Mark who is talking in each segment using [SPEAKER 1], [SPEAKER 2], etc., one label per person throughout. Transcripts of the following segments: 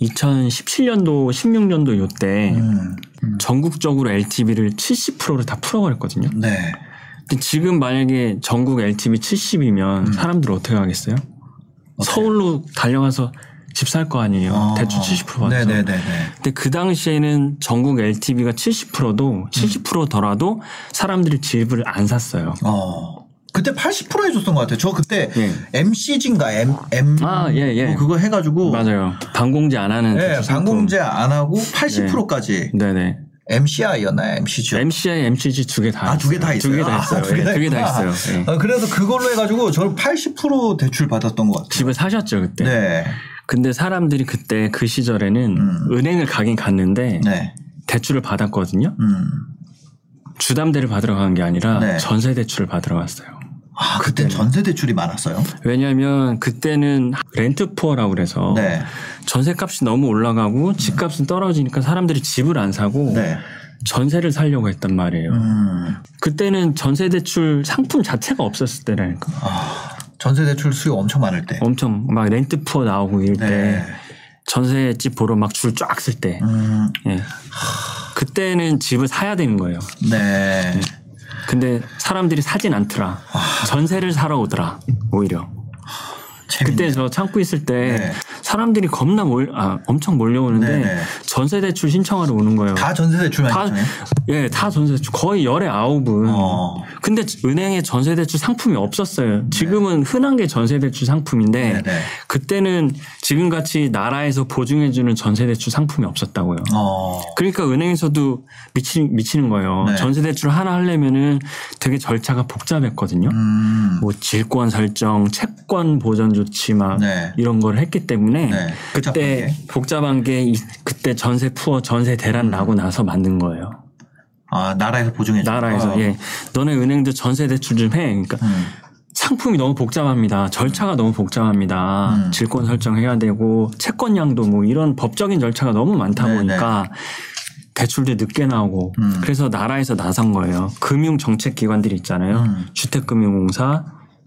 [SPEAKER 1] (2017년도) (16년도) 요때
[SPEAKER 2] 음,
[SPEAKER 1] 전국적으로 LTV를 70%를 다 풀어버렸거든요.
[SPEAKER 2] 네.
[SPEAKER 1] 근데 지금 만약에 전국 LTV 70이면
[SPEAKER 2] 음.
[SPEAKER 1] 사람들 어떻게 하겠어요? 서울로 달려가서 집 살 거 아니에요.
[SPEAKER 2] 어,
[SPEAKER 1] 대출 70% 받죠.
[SPEAKER 2] 네네네네.
[SPEAKER 1] 근데 그 당시에는 전국 LTV가
[SPEAKER 2] 음.
[SPEAKER 1] 70%도 70%더라도 사람들이 집을 안 샀어요.
[SPEAKER 2] 어. 그때 80% 해줬던 것 같아요. 저 그때
[SPEAKER 1] 예.
[SPEAKER 2] MCG인가 M M
[SPEAKER 1] 아, 예, 예.
[SPEAKER 2] 뭐 그거 해가지고
[SPEAKER 1] 맞아요. 반공제 안 하는
[SPEAKER 2] 예,
[SPEAKER 1] 대출 상품.
[SPEAKER 2] 방공제 안 하고 80%까지
[SPEAKER 1] 네네.
[SPEAKER 2] MCI였나요? MCG.
[SPEAKER 1] MCI, MCG 두 개 다.
[SPEAKER 2] 아, 두개다 있어요?
[SPEAKER 1] 두개 다
[SPEAKER 2] 아,
[SPEAKER 1] 있어요.
[SPEAKER 2] 두개 다
[SPEAKER 1] 두 개 다
[SPEAKER 2] 있구나.
[SPEAKER 1] 있어요. 예.
[SPEAKER 2] 어, 그래서 그걸로 해가지고 저는 80% 대출 받았던 것 같아요.
[SPEAKER 1] 집을 사셨죠, 그때.
[SPEAKER 2] 네.
[SPEAKER 1] 근데 사람들이 그때 그 시절에는
[SPEAKER 2] 음.
[SPEAKER 1] 은행을 가긴 갔는데
[SPEAKER 2] 네.
[SPEAKER 1] 대출을 받았거든요.
[SPEAKER 2] 음.
[SPEAKER 1] 주담대를 받으러 간 게 아니라
[SPEAKER 2] 네.
[SPEAKER 1] 전세 대출을 받으러 갔어요.
[SPEAKER 2] 아, 그때 전세 대출이 많았어요.
[SPEAKER 1] 왜냐하면 그때는 렌트푸어라고 그래서
[SPEAKER 2] 네.
[SPEAKER 1] 전세값이 너무 올라가고 집값은 떨어지니까 사람들이 집을 안 사고
[SPEAKER 2] 네.
[SPEAKER 1] 전세를 살려고 했단 말이에요.
[SPEAKER 2] 음.
[SPEAKER 1] 그때는 전세 대출 상품 자체가 없었을 때라니까.
[SPEAKER 2] 아, 전세 대출 수요 엄청 많을
[SPEAKER 1] 어,
[SPEAKER 2] 때.
[SPEAKER 1] 엄청 막 렌트푸어 나오고 이럴
[SPEAKER 2] 네.
[SPEAKER 1] 때 전세집 보러 막 줄 쫙 쓸 때.
[SPEAKER 2] 음.
[SPEAKER 1] 예. 그때는 집을 사야 되는 거예요.
[SPEAKER 2] 네.
[SPEAKER 1] 근데 사람들이 사진 않더라. 전세를 사러 오더라. 오히려.
[SPEAKER 2] 재밌네.
[SPEAKER 1] 그때 저 창고 있을 때
[SPEAKER 2] 네.
[SPEAKER 1] 사람들이 겁나 몰, 아, 엄청 몰려오는데
[SPEAKER 2] 네네.
[SPEAKER 1] 전세 대출 신청하러 오는 거예요.
[SPEAKER 2] 다 전세 대출만
[SPEAKER 1] 다- 음.
[SPEAKER 2] 있네.
[SPEAKER 1] 예, 다 전세 대출 거의 열에 아홉은.
[SPEAKER 2] 어.
[SPEAKER 1] 근데 은행에 전세 대출 상품이 없었어요. 지금은 흔한 게 전세 대출 상품인데
[SPEAKER 2] 네. 네네.
[SPEAKER 1] 그때는 지금 같이 나라에서 보증해 주는 전세 대출 상품이 없었다고요.
[SPEAKER 2] 어.
[SPEAKER 1] 그러니까 은행에서도 미치, 미치는 거예요.
[SPEAKER 2] 네.
[SPEAKER 1] 전세 대출 하나 하려면은 되게 절차가 복잡했거든요.
[SPEAKER 2] 음.
[SPEAKER 1] 뭐 질권 설정, 채권 보전 조치 막
[SPEAKER 2] 네.
[SPEAKER 1] 이런 걸 했기 때문에
[SPEAKER 2] 네.
[SPEAKER 1] 예. 그때 복잡한 게 이- 그때 전세 푸어 전세 대란 나고 나서 만든 거예요.
[SPEAKER 2] 아, 나라에서 보증해 줘.
[SPEAKER 1] 나라에서
[SPEAKER 2] 어.
[SPEAKER 1] 예. 너네 은행도 전세 대출 좀 해. 그러니까
[SPEAKER 2] 음.
[SPEAKER 1] 상품이 너무 복잡합니다. 절차가 너무 복잡합니다.
[SPEAKER 2] 음.
[SPEAKER 1] 질권 설정해야 되고 채권량도 뭐 이런 법적인 절차가 너무 많다
[SPEAKER 2] 네네.
[SPEAKER 1] 보니까 대출도 늦게 나오고
[SPEAKER 2] 음.
[SPEAKER 1] 그래서 나라에서 나선 거예요. 금융 정책 기관들이 있잖아요.
[SPEAKER 2] 음.
[SPEAKER 1] 주택금융공사,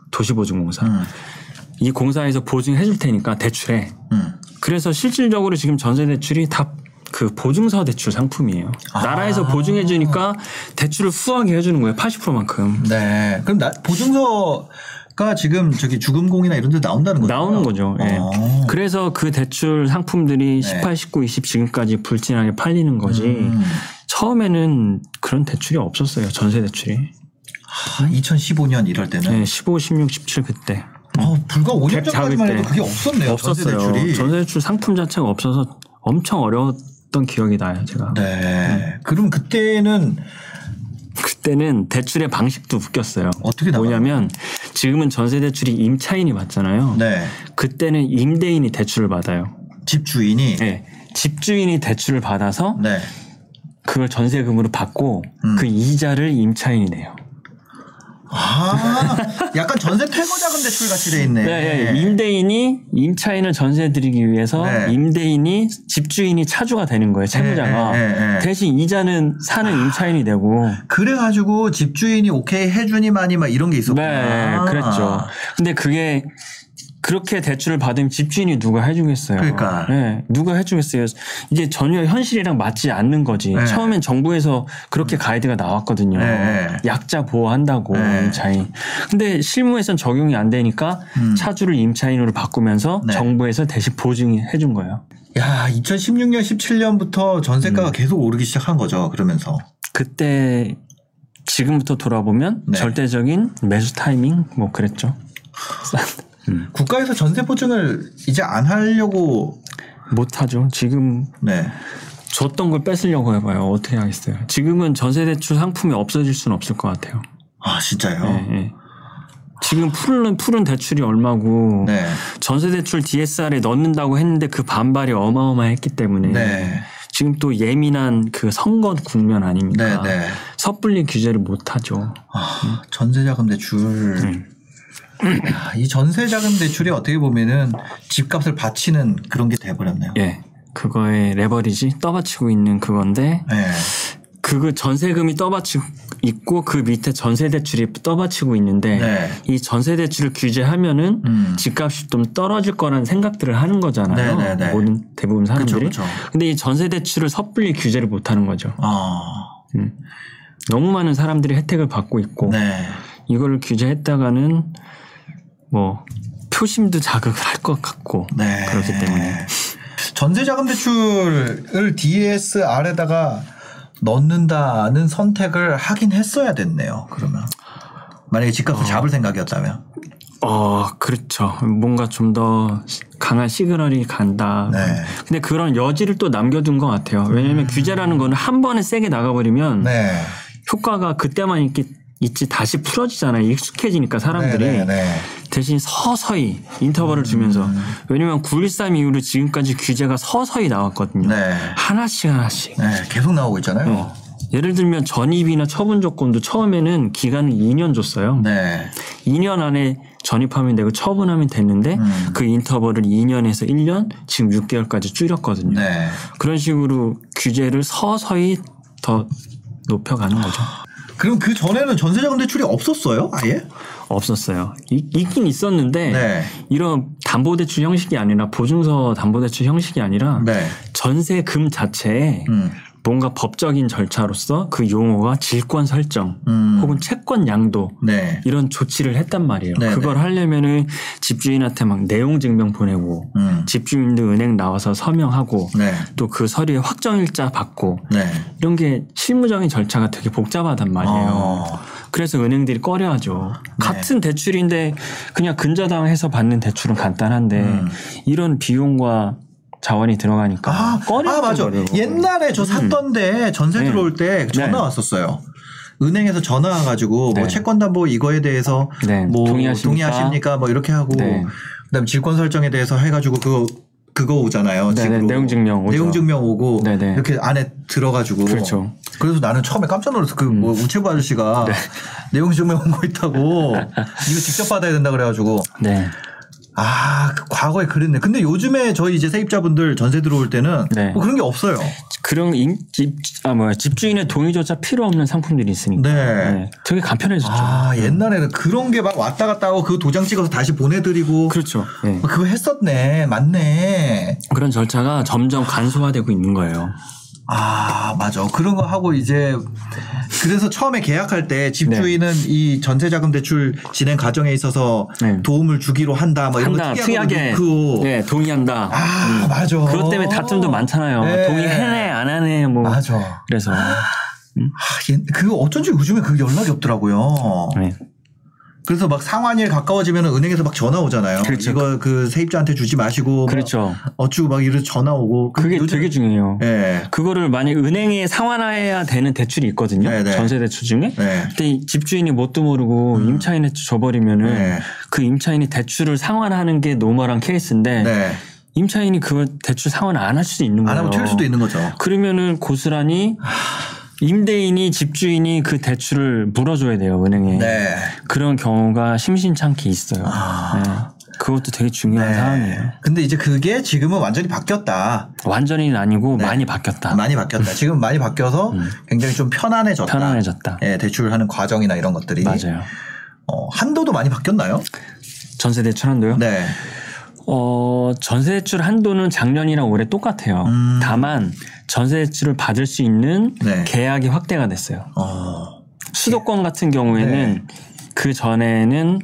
[SPEAKER 1] 도시보증공사
[SPEAKER 2] 음.
[SPEAKER 1] 이 공사에서 보증해 줄 테니까 대출해.
[SPEAKER 2] 음.
[SPEAKER 1] 그래서 실질적으로 지금 전세 대출이 다 그 보증서 대출 상품이에요.
[SPEAKER 2] 아.
[SPEAKER 1] 나라에서 보증해 주니까 대출을 후하게 해주는 거예요. 80%만큼.
[SPEAKER 2] 네. 그럼 나, 보증서가 지금 저기 주금공이나 이런 데 나온다는 거죠?
[SPEAKER 1] 나오는 거죠. 예.
[SPEAKER 2] 어.
[SPEAKER 1] 그래서 그 대출
[SPEAKER 2] 네.
[SPEAKER 1] 상품들이 18, 19, 20 지금까지 불티나게 팔리는 거지.
[SPEAKER 2] 음.
[SPEAKER 1] 처음에는 그런 대출이 없었어요. 전세 대출이.
[SPEAKER 2] 아, 2015년 이럴 때는
[SPEAKER 1] 네, 15, 16, 17 그때.
[SPEAKER 2] 어, 불과 5년
[SPEAKER 1] 갭 작을
[SPEAKER 2] 전까지만 해도
[SPEAKER 1] 때.
[SPEAKER 2] 그게 없었네요.
[SPEAKER 1] 없었어요.
[SPEAKER 2] 전세 대출이.
[SPEAKER 1] 전세 대출 상품 자체가 없어서 엄청 어려웠던 기억이 나요. 제가.
[SPEAKER 2] 네.
[SPEAKER 1] 음.
[SPEAKER 2] 그럼 그때는
[SPEAKER 1] 그때는 대출의 방식도 웃겼어요.
[SPEAKER 2] 어떻게 네, 나가요?
[SPEAKER 1] 뭐냐면 지금은 전세 대출이 임차인이 받잖아요.
[SPEAKER 2] 네.
[SPEAKER 1] 그때는 임대인이 대출을 받아요.
[SPEAKER 2] 집 주인이 네.
[SPEAKER 1] 예. 집주인이 대출을 받아서 그걸 전세금으로 받고
[SPEAKER 2] 음.
[SPEAKER 1] 그 이자를 임차인이 내요.
[SPEAKER 2] 아, 약간 전세 퇴거 자금 대출 같이 돼 있네.
[SPEAKER 1] 예, 예. 임대인이 임차인을 전세 드리기 위해서
[SPEAKER 2] 네.
[SPEAKER 1] 임대인이 집주인이 차주가 되는 거예요. 채무자가.
[SPEAKER 2] 예, 예, 예.
[SPEAKER 1] 대신 이자는
[SPEAKER 2] 아.
[SPEAKER 1] 사는 임차인이 되고.
[SPEAKER 2] 그래가지고 집주인이 오케이 해주니만이 막 이런 게
[SPEAKER 1] 네,
[SPEAKER 2] 있었구나.
[SPEAKER 1] 그랬죠. 근데 그게 그렇게 대출을 받으면 집주인이 누가 해주겠어요?
[SPEAKER 2] 그러니까.
[SPEAKER 1] 네, 누가 해주겠어요? 이게 전혀 현실이랑 맞지 않는 거지.
[SPEAKER 2] 네.
[SPEAKER 1] 처음엔 정부에서 그렇게 가이드가 나왔거든요.
[SPEAKER 2] 네.
[SPEAKER 1] 약자 보호한다고
[SPEAKER 2] 네.
[SPEAKER 1] 임차인. 근데 실무에선 적용이 안 되니까
[SPEAKER 2] 음.
[SPEAKER 1] 차주를 임차인으로 바꾸면서
[SPEAKER 2] 네. 정부에서
[SPEAKER 1] 정부에서 대신 보증해 준 거예요.
[SPEAKER 2] 야, 2016년, 17년부터
[SPEAKER 1] 음.
[SPEAKER 2] 전세가가 계속 오르기 시작한 거죠. 그러면서.
[SPEAKER 1] 그때 지금부터 돌아보면
[SPEAKER 2] 네.
[SPEAKER 1] 절대적인 매수 타이밍 뭐 그랬죠.
[SPEAKER 2] 국가에서 전세 보증을 이제 안 하려고
[SPEAKER 1] 못 하죠. 지금
[SPEAKER 2] 네.
[SPEAKER 1] 줬던 걸 뺏으려고 해봐요. 어떻게 하겠어요? 지금은 전세 대출 상품이 없어질 수는 없을 것 같아요.
[SPEAKER 2] 아, 진짜요?
[SPEAKER 1] 예, 예. 지금 푸른 푸른 대출이 얼마고
[SPEAKER 2] 네.
[SPEAKER 1] 전세 대출 DSR에 넣는다고 했는데 그 반발이 어마어마했기 때문에
[SPEAKER 2] 네.
[SPEAKER 1] 지금 또 예민한 그 선거 국면 아닙니까?
[SPEAKER 2] 네, 네.
[SPEAKER 1] 섣불리 규제를 못 하죠.
[SPEAKER 2] 아, 전세자금 대출.
[SPEAKER 1] 음.
[SPEAKER 2] 아, 이 전세자금 대출이 어떻게 보면은 집값을 바치는 그런 게 돼버렸네요.
[SPEAKER 1] 예. 그거에 레버리지 떠받치고 있는 그건데
[SPEAKER 2] 예.
[SPEAKER 1] 그거 전세금이 떠받치고 있고 그 밑에 전세 대출이 떠받치고 있는데
[SPEAKER 2] 네.
[SPEAKER 1] 이 전세 대출을 규제하면은
[SPEAKER 2] 음.
[SPEAKER 1] 집값이 좀 떨어질 거라는 생각들을 하는 거잖아요.
[SPEAKER 2] 네, 네, 네.
[SPEAKER 1] 모든 대부분
[SPEAKER 2] 그렇죠,
[SPEAKER 1] 사람들이.
[SPEAKER 2] 그렇죠.
[SPEAKER 1] 근데 이 전세 대출을 섣불리 규제를 못 하는 거죠.
[SPEAKER 2] 아,
[SPEAKER 1] 음. 너무 많은 사람들이 혜택을 받고 있고
[SPEAKER 2] 네.
[SPEAKER 1] 이거를 규제했다가는 뭐 표심도 자극을 할 것 같고
[SPEAKER 2] 네.
[SPEAKER 1] 그렇기 때문에.
[SPEAKER 2] 전세자금 대출을 DSR에다가 넣는다는 선택을 하긴 했어야 됐네요. 그러면 만약에 집값을 잡을 생각이었다면
[SPEAKER 1] 어 그렇죠. 뭔가 좀 더 강한 시그널이 간다.
[SPEAKER 2] 네. 음.
[SPEAKER 1] 근데 그런 여지를 또 남겨둔 것 같아요. 왜냐하면 규제라는 거는 한 번에 세게 나가버리면
[SPEAKER 2] 네.
[SPEAKER 1] 효과가 그때만 있기, 있지 다시 풀어지잖아요. 익숙해지니까 사람들이
[SPEAKER 2] 네, 네, 네.
[SPEAKER 1] 대신 서서히 인터벌을 주면서
[SPEAKER 2] 음.
[SPEAKER 1] 왜냐면 9.13 이후로 지금까지 규제가 서서히 나왔거든요.
[SPEAKER 2] 네.
[SPEAKER 1] 하나씩 하나씩.
[SPEAKER 2] 네, 계속 나오고 있잖아요.
[SPEAKER 1] 어. 예를 들면 전입이나 처분 조건도 처음에는 기간을 2년 줬어요.
[SPEAKER 2] 네.
[SPEAKER 1] 2년 안에 전입하면 되고 처분하면 됐는데
[SPEAKER 2] 음.
[SPEAKER 1] 그 인터벌을 2년에서 1년 지금 6개월까지 줄였거든요.
[SPEAKER 2] 네.
[SPEAKER 1] 그런 식으로 규제를 서서히 더 높여가는 거죠.
[SPEAKER 2] 그럼 그 전에는 전세자금 대출이 없었어요? 아예?
[SPEAKER 1] 없었어요. 있, 긴 있었는데
[SPEAKER 2] 네.
[SPEAKER 1] 이런 담보대출 형식이 아니라 보증서 담보대출 형식이 아니라
[SPEAKER 2] 네.
[SPEAKER 1] 전세금 자체에
[SPEAKER 2] 음.
[SPEAKER 1] 뭔가 법적인 절차로서 그 용어가 질권 설정
[SPEAKER 2] 음.
[SPEAKER 1] 혹은 채권 양도
[SPEAKER 2] 네.
[SPEAKER 1] 이런 조치를 했단 말이에요.
[SPEAKER 2] 네,
[SPEAKER 1] 그걸 하려면은 집주인한테 막 내용 증명 보내고
[SPEAKER 2] 음.
[SPEAKER 1] 집주인도 은행 나와서 서명하고
[SPEAKER 2] 네.
[SPEAKER 1] 또 그 서류에 확정일자 받고
[SPEAKER 2] 네.
[SPEAKER 1] 이런 게 실무적인 절차가 되게 복잡하단 말이에요.
[SPEAKER 2] 어. 아, 네.
[SPEAKER 1] 그래서 은행들이 꺼려하죠. 같은 대출인데 그냥 근저당해서 받는 대출은 간단한데
[SPEAKER 2] 음.
[SPEAKER 1] 이런 비용과 자원이 들어가니까
[SPEAKER 2] 아,
[SPEAKER 1] 꺼려.
[SPEAKER 2] 아 맞아. 옛날에 저 샀던데 전세
[SPEAKER 1] 음. 네.
[SPEAKER 2] 들어올 때 전화
[SPEAKER 1] 네.
[SPEAKER 2] 왔었어요. 은행에서 전화 와가지고 뭐
[SPEAKER 1] 네.
[SPEAKER 2] 채권담보 이거에 대해서
[SPEAKER 1] 네,
[SPEAKER 2] 뭐
[SPEAKER 1] 동의하십니까?
[SPEAKER 2] 동의하십니까? 뭐 이렇게 하고
[SPEAKER 1] 네.
[SPEAKER 2] 그다음 에 질권 설정에 대해서 해가지고 그 그거 오잖아요.
[SPEAKER 1] 네, 네,
[SPEAKER 2] 집으로.
[SPEAKER 1] 내용 증명 오죠.
[SPEAKER 2] 내용 증명 오고
[SPEAKER 1] 네, 네.
[SPEAKER 2] 이렇게 안에 들어가지고
[SPEAKER 1] 그렇죠.
[SPEAKER 2] 그래서 나는 처음에 깜짝 놀랐어. 그 뭐 우체부 아저씨가
[SPEAKER 1] 네.
[SPEAKER 2] 내용 증명 온 거 있다고 이거 직접 받아야 된다 그래가지고
[SPEAKER 1] 네,
[SPEAKER 2] 아, 그 과거에 그랬네. 근데 요즘에 저희 이제 세입자분들 전세 들어올 때는
[SPEAKER 1] 네.
[SPEAKER 2] 뭐 그런 게 없어요.
[SPEAKER 1] 그런 임, 집, 아 뭐야 집주인의 동의조차 필요 없는 상품들이 있으니까
[SPEAKER 2] 네.
[SPEAKER 1] 네, 되게 간편해졌죠.
[SPEAKER 2] 아, 옛날에는 그런 게 막 왔다 갔다 하고 그 도장 찍어서 다시 보내드리고 뭐
[SPEAKER 1] 그렇죠. 네.
[SPEAKER 2] 그거 했었네. 맞네.
[SPEAKER 1] 그런 절차가 점점 간소화되고 있는 거예요.
[SPEAKER 2] 아, 맞아. 그런 거 하고 이제 그래서 처음에 계약할 때
[SPEAKER 1] 네.
[SPEAKER 2] 집주인은 이 전세자금 대출 진행 과정에 있어서
[SPEAKER 1] 네.
[SPEAKER 2] 도움을 주기로 한다. 뭐 이런
[SPEAKER 1] 한다
[SPEAKER 2] 거
[SPEAKER 1] 특이하게
[SPEAKER 2] 특이하게 넣고.
[SPEAKER 1] 네, 동의한다. 음.
[SPEAKER 2] 아, 맞아.
[SPEAKER 1] 그것 때문에 다툼도 많잖아요.
[SPEAKER 2] 네.
[SPEAKER 1] 동의해네 안 하네 뭐
[SPEAKER 2] 맞아.
[SPEAKER 1] 그래서
[SPEAKER 2] 하, 옛- 그 어쩐지 요즘에 그 연락이 없더라고요.
[SPEAKER 1] 네.
[SPEAKER 2] 그래서 막 상환일 가까워지면 은행에서 막 전화 오잖아요.
[SPEAKER 1] 그렇죠.
[SPEAKER 2] 이거 그 세입자한테 주지 마시고
[SPEAKER 1] 그렇죠.
[SPEAKER 2] 막 어쭈 막 이런 전화 오고
[SPEAKER 1] 그게
[SPEAKER 2] 뭐, 요즘-
[SPEAKER 1] 되게 중요해요.
[SPEAKER 2] 예.
[SPEAKER 1] 그거를 만약 은행에 상환해야 되는 대출이 있거든요.
[SPEAKER 2] 네, 네.
[SPEAKER 1] 전세 대출 중에.
[SPEAKER 2] 네. 음.
[SPEAKER 1] 그때 이 집주인이 뭣도 모르고 임차인에 줘버리면은
[SPEAKER 2] 네.
[SPEAKER 1] 그 임차인이 대출을 상환하는 게 노멀한 케이스인데
[SPEAKER 2] 네.
[SPEAKER 1] 임차인이 그 대출 상환 안 할 수도 있는
[SPEAKER 2] 안
[SPEAKER 1] 거예요.
[SPEAKER 2] 하면 튈 수도 있는 거죠.
[SPEAKER 1] 그러면은 고스란히 임대인이 집주인이 그 대출을 물어줘야 돼요 은행에.
[SPEAKER 2] 네.
[SPEAKER 1] 그런 경우가 심심찮게 있어요.
[SPEAKER 2] 아.
[SPEAKER 1] 네. 그것도 되게 중요한
[SPEAKER 2] 네.
[SPEAKER 1] 상황이에요.
[SPEAKER 2] 근데 이제 그게 지금은 완전히 바뀌었다.
[SPEAKER 1] 완전히는 아니고
[SPEAKER 2] 네.
[SPEAKER 1] 많이 바뀌었다.
[SPEAKER 2] 많이 바뀌었다. 지금 많이 바뀌어서 굉장히 좀 편안해졌다.
[SPEAKER 1] 편안해졌다.
[SPEAKER 2] 예, 대출하는 과정이나 이런 것들이
[SPEAKER 1] 맞아요.
[SPEAKER 2] 어, 한도도 많이 바뀌었나요?
[SPEAKER 1] 전세 대출 한도요?
[SPEAKER 2] 네.
[SPEAKER 1] 어, 전세 대출 한도는 작년이랑 올해 똑같아요.
[SPEAKER 2] 음.
[SPEAKER 1] 다만 전세 대출을 받을 수 있는
[SPEAKER 2] 네.
[SPEAKER 1] 계약이 확대가 됐어요.
[SPEAKER 2] 어.
[SPEAKER 1] 수도권 같은 경우에는
[SPEAKER 2] 네.
[SPEAKER 1] 그 전에는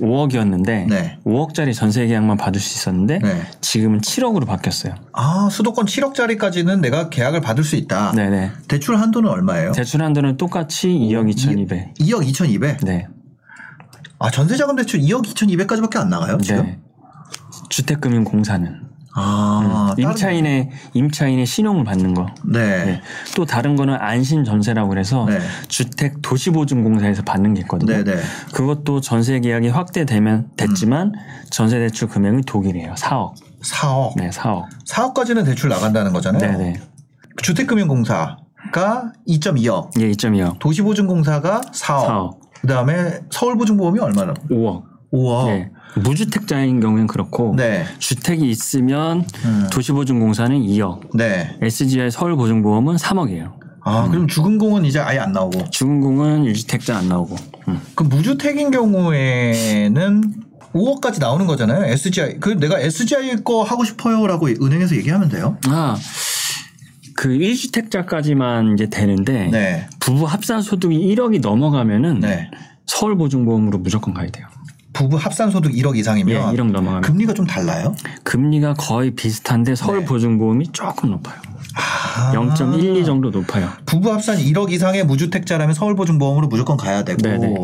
[SPEAKER 1] 5억이었는데
[SPEAKER 2] 네.
[SPEAKER 1] 5억짜리 전세 계약만 받을 수 있었는데
[SPEAKER 2] 네.
[SPEAKER 1] 지금은 7억으로 바뀌었어요.
[SPEAKER 2] 아, 수도권 7억짜리까지는 내가 계약을 받을 수 있다.
[SPEAKER 1] 네네. 네.
[SPEAKER 2] 대출 한도는 얼마예요?
[SPEAKER 1] 대출 한도는 똑같이 2억 2,200.
[SPEAKER 2] 2억 2,200.
[SPEAKER 1] 네.
[SPEAKER 2] 아, 전세자금 대출 2억 2,200까지밖에 안 나가요, 지금?
[SPEAKER 1] 네. 주택금융공사는
[SPEAKER 2] 아, 다른-
[SPEAKER 1] 임차인의 임차인의 신용을 받는 거.
[SPEAKER 2] 네.
[SPEAKER 1] 네. 어. 또 다른 거는 안심 전세라고 그래서
[SPEAKER 2] 네.
[SPEAKER 1] 주택 도시보증공사에서 받는 게 있거든요.
[SPEAKER 2] 네, 네.
[SPEAKER 1] 그것도 전세 계약이 확대되면 됐지만
[SPEAKER 2] 음.
[SPEAKER 1] 전세 대출 금액은 독일이에요. 4억.
[SPEAKER 2] 4억.
[SPEAKER 1] 네, 4억.
[SPEAKER 2] 4억까지는 대출 나간다는 거잖아요.
[SPEAKER 1] 네, 네.
[SPEAKER 2] 주택금융공사가 2.2억,
[SPEAKER 1] 예, 2.2억.
[SPEAKER 2] 도시보증공사가 4억,
[SPEAKER 1] 4억.
[SPEAKER 2] 그다음에 서울보증보험이 얼마나?
[SPEAKER 1] 5억.
[SPEAKER 2] 5억.
[SPEAKER 1] 예. 무주택자인 경우는 그렇고
[SPEAKER 2] 어. 네.
[SPEAKER 1] 주택이 있으면
[SPEAKER 2] 음.
[SPEAKER 1] 도시보증공사는 2억,
[SPEAKER 2] 네.
[SPEAKER 1] SGI 서울보증보험은 3억이에요.
[SPEAKER 2] 아,
[SPEAKER 1] 음.
[SPEAKER 2] 그럼 주금공은 이제 아예 안 나오고.
[SPEAKER 1] 주공공은 유주택자 안 나오고. 음.
[SPEAKER 2] 그 무주택인 경우에는 5억까지 나오는 거잖아요. SGI. 그 내가 SGI 거 하고 싶어요라고 은행에서 얘기하면 돼요.
[SPEAKER 1] 아, 그 1주택자까지만 이제 되는데
[SPEAKER 2] 네.
[SPEAKER 1] 부부 합산 소득이 1억이 넘어가면은
[SPEAKER 2] 네.
[SPEAKER 1] 서울보증보험으로 무조건 가야 돼요.
[SPEAKER 2] 부부 합산 소득 1억
[SPEAKER 1] 예,
[SPEAKER 2] 이상이면
[SPEAKER 1] 1억 넘어가면
[SPEAKER 2] 금리가 좀 달라요?
[SPEAKER 1] 금리가 거의
[SPEAKER 2] 네.
[SPEAKER 1] 비슷한데 서울보증보험이 조금 높아요. 0.12 정도 높아요.
[SPEAKER 2] 부부 합산 1억 이상의 무주택자라면 서울보증보험으로 무조건 가야 되고.
[SPEAKER 1] 네네.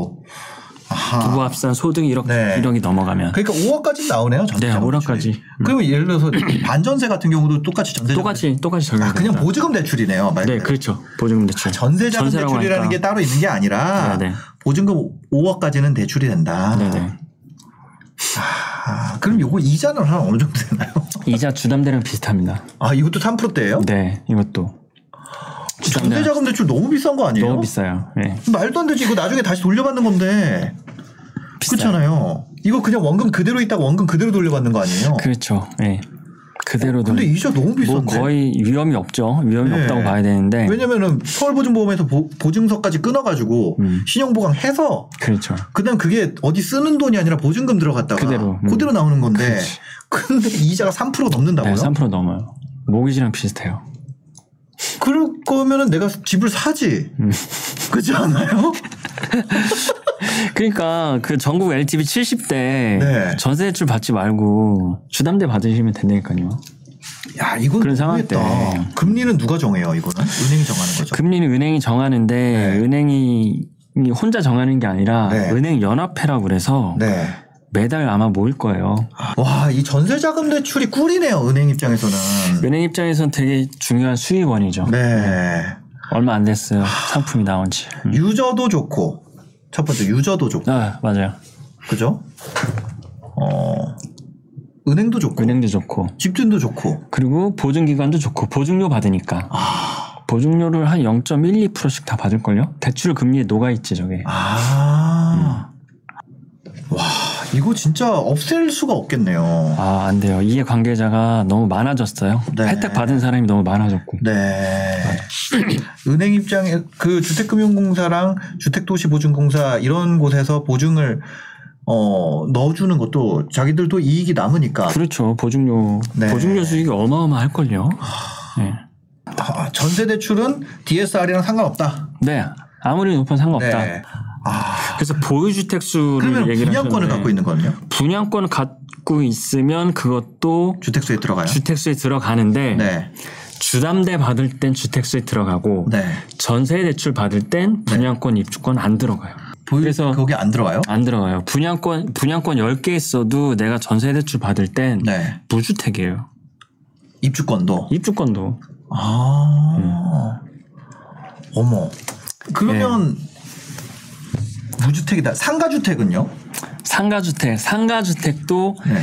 [SPEAKER 2] 아하.
[SPEAKER 1] 부부 합산 소득 1억
[SPEAKER 2] 네.
[SPEAKER 1] 1억이 넘어가면
[SPEAKER 2] 그러니까 5억까지 나오네요. 전세
[SPEAKER 1] 네, 5억까지.
[SPEAKER 2] 그러면 예를 들어서 반전세 같은 경우도 똑같이 전세
[SPEAKER 1] 똑같이 똑같이
[SPEAKER 2] 아,
[SPEAKER 1] 적용됩니다.
[SPEAKER 2] 그냥 보증금 대출이네요. 말
[SPEAKER 1] 네,
[SPEAKER 2] 그대로.
[SPEAKER 1] 그렇죠. 보증금 대출.
[SPEAKER 2] 전세자금
[SPEAKER 1] 전세라고
[SPEAKER 2] 대출이라는
[SPEAKER 1] 하니까.
[SPEAKER 2] 게 따로 있는 게 아니라
[SPEAKER 1] 네, 네.
[SPEAKER 2] 보증금 5억까지는 대출이 된다.
[SPEAKER 1] 네네.
[SPEAKER 2] 아, 그럼 요거 이자는 한 어느 정도 되나요?
[SPEAKER 1] 이자 주담대랑 비슷합니다.
[SPEAKER 2] 아, 이것도 3%대예요?
[SPEAKER 1] 네, 이것도 주담대
[SPEAKER 2] 전세자금 대출 너무 비싼 거 아니에요?
[SPEAKER 1] 네.
[SPEAKER 2] 어.
[SPEAKER 1] 너무 비싸요. 네.
[SPEAKER 2] 말도 안 되지. 이거 나중에 다시 돌려받는 건데. 그렇잖아요. 이거 그냥 원금 그대로 있다가 원금 그대로 돌려받는 거 아니에요?
[SPEAKER 1] 그렇죠. 네. 그대로
[SPEAKER 2] 근데
[SPEAKER 1] 돌려-
[SPEAKER 2] 이자 너무
[SPEAKER 1] 뭐
[SPEAKER 2] 비싼데.
[SPEAKER 1] 거의 위험이 없죠. 위험이
[SPEAKER 2] 네.
[SPEAKER 1] 없다고 봐야 되는데
[SPEAKER 2] 왜냐면은 서울보증보험에서 보, 보증서까지 끊어가지고
[SPEAKER 1] 음.
[SPEAKER 2] 신용보강해서
[SPEAKER 1] 그렇죠.
[SPEAKER 2] 그다음 그게 어디 쓰는 돈이 아니라 보증금 들어갔다가
[SPEAKER 1] 그대로, 음.
[SPEAKER 2] 그대로 나오는 건데 근데 이자가 3% 넘는다고요?
[SPEAKER 1] 네, 3% 넘어요. 모기지랑 비슷해요.
[SPEAKER 2] 그럴 거면은 내가 집을 사지.
[SPEAKER 1] 음.
[SPEAKER 2] 그렇지 않아요?
[SPEAKER 1] 그러니까 그 전국 LTV 70대
[SPEAKER 2] 네.
[SPEAKER 1] 전세 대출 받지 말고 주담대 받으시면 된다니까요.
[SPEAKER 2] 야, 이건
[SPEAKER 1] 그런 상황
[SPEAKER 2] 모르겠다.
[SPEAKER 1] 때.
[SPEAKER 2] 금리는 누가 정해요, 이거는? 은행이 정하는 거죠.
[SPEAKER 1] 금리는 은행이 정하는데 은행이 혼자 정하는 게 아니라
[SPEAKER 2] 네.
[SPEAKER 1] 은행 연합회라고 그래서
[SPEAKER 2] 네.
[SPEAKER 1] 매달 아마 모일 거예요.
[SPEAKER 2] 와, 이 전세자금 대출이 꿀이네요, 은행 입장에서는.
[SPEAKER 1] 은행 입장에선 되게 중요한 수익원이죠.
[SPEAKER 2] 네.
[SPEAKER 1] 얼마 안 됐어요. 상품이 나온 지. 음.
[SPEAKER 2] 유저도 좋고, 첫 번째, 유저도 좋고,
[SPEAKER 1] 아, 맞아요.
[SPEAKER 2] 그죠? 어, 은행도 좋고,
[SPEAKER 1] 은행도 좋고.
[SPEAKER 2] 집주인도 좋고,
[SPEAKER 1] 그리고 보증기간도 좋고, 보증료 받으니까.
[SPEAKER 2] 아.
[SPEAKER 1] 보증료를 한 0.12%씩 다 받을걸요? 대출 금리에 녹아있지, 저게.
[SPEAKER 2] 아.
[SPEAKER 1] 음.
[SPEAKER 2] 와, 이거 진짜 없앨 수가 없겠네요.
[SPEAKER 1] 아, 안 돼요. 이해 관계자가 너무 많아졌어요.
[SPEAKER 2] 네.
[SPEAKER 1] 혜택 받은 사람이 너무 많아졌고.
[SPEAKER 2] 네. 은행 입장에 그 주택금융공사랑 주택도시보증공사 이런 곳에서 보증을 어, 넣어주는 것도 자기들도 이익이 남으니까
[SPEAKER 1] 그렇죠. 보증료.
[SPEAKER 2] 네.
[SPEAKER 1] 보증료 수익이 어마어마할걸요? 네.
[SPEAKER 2] 아, 전세 대출은 DSR이랑 상관없다.
[SPEAKER 1] 네. 아무리 높은 상관없다.
[SPEAKER 2] 네. 아,
[SPEAKER 1] 그래서 보유주택 수를
[SPEAKER 2] 그러면
[SPEAKER 1] 얘기를
[SPEAKER 2] 분양권을
[SPEAKER 1] 하셨는데
[SPEAKER 2] 갖고 있는 거는요?
[SPEAKER 1] 분양권을 갖고 있으면 그것도
[SPEAKER 2] 주택수에 들어가요?
[SPEAKER 1] 주택수에 들어가는데
[SPEAKER 2] 네.
[SPEAKER 1] 주담대 받을 땐 주택수에 들어가고
[SPEAKER 2] 네.
[SPEAKER 1] 전세 대출 받을 땐 분양권 입주권 안 들어가요.
[SPEAKER 2] 보유
[SPEAKER 1] 그래서-
[SPEAKER 2] 거기 안 들어와요?
[SPEAKER 1] 안 들어가요. 분양권 분양권 10개 있어도 내가 전세 대출 받을 땐
[SPEAKER 2] 네.
[SPEAKER 1] 무주택이에요.
[SPEAKER 2] 입주권도.
[SPEAKER 1] 입주권도
[SPEAKER 2] 아.
[SPEAKER 1] 음.
[SPEAKER 2] 어머. 그러면
[SPEAKER 1] 네.
[SPEAKER 2] 무주택이다. 상가주택은요?
[SPEAKER 1] 상가주택 상가주택도
[SPEAKER 2] 네.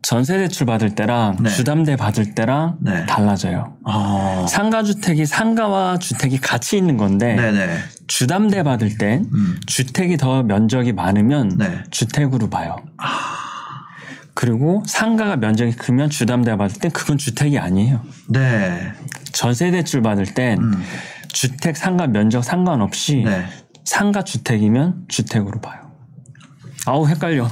[SPEAKER 1] 전세 대출 받을 때랑
[SPEAKER 2] 네.
[SPEAKER 1] 주담대 받을 때랑
[SPEAKER 2] 네.
[SPEAKER 1] 달라져요.
[SPEAKER 2] 아.
[SPEAKER 1] 상가주택이 상가와 주택이 같이 있는 건데
[SPEAKER 2] 네네.
[SPEAKER 1] 주담대 받을 땐
[SPEAKER 2] 음.
[SPEAKER 1] 주택이 더 면적이 많으면
[SPEAKER 2] 네. 아.
[SPEAKER 1] 주택으로 봐요. 그리고 상가가 면적이 크면 주담대 받을 땐 그건 주택이 아니에요.
[SPEAKER 2] 네.
[SPEAKER 1] 전세 대출 받을 땐
[SPEAKER 2] 음.
[SPEAKER 1] 주택 상가 면적 상관없이
[SPEAKER 2] 네.
[SPEAKER 1] 상가 주택이면 주택으로 봐요. 아우 헷갈려.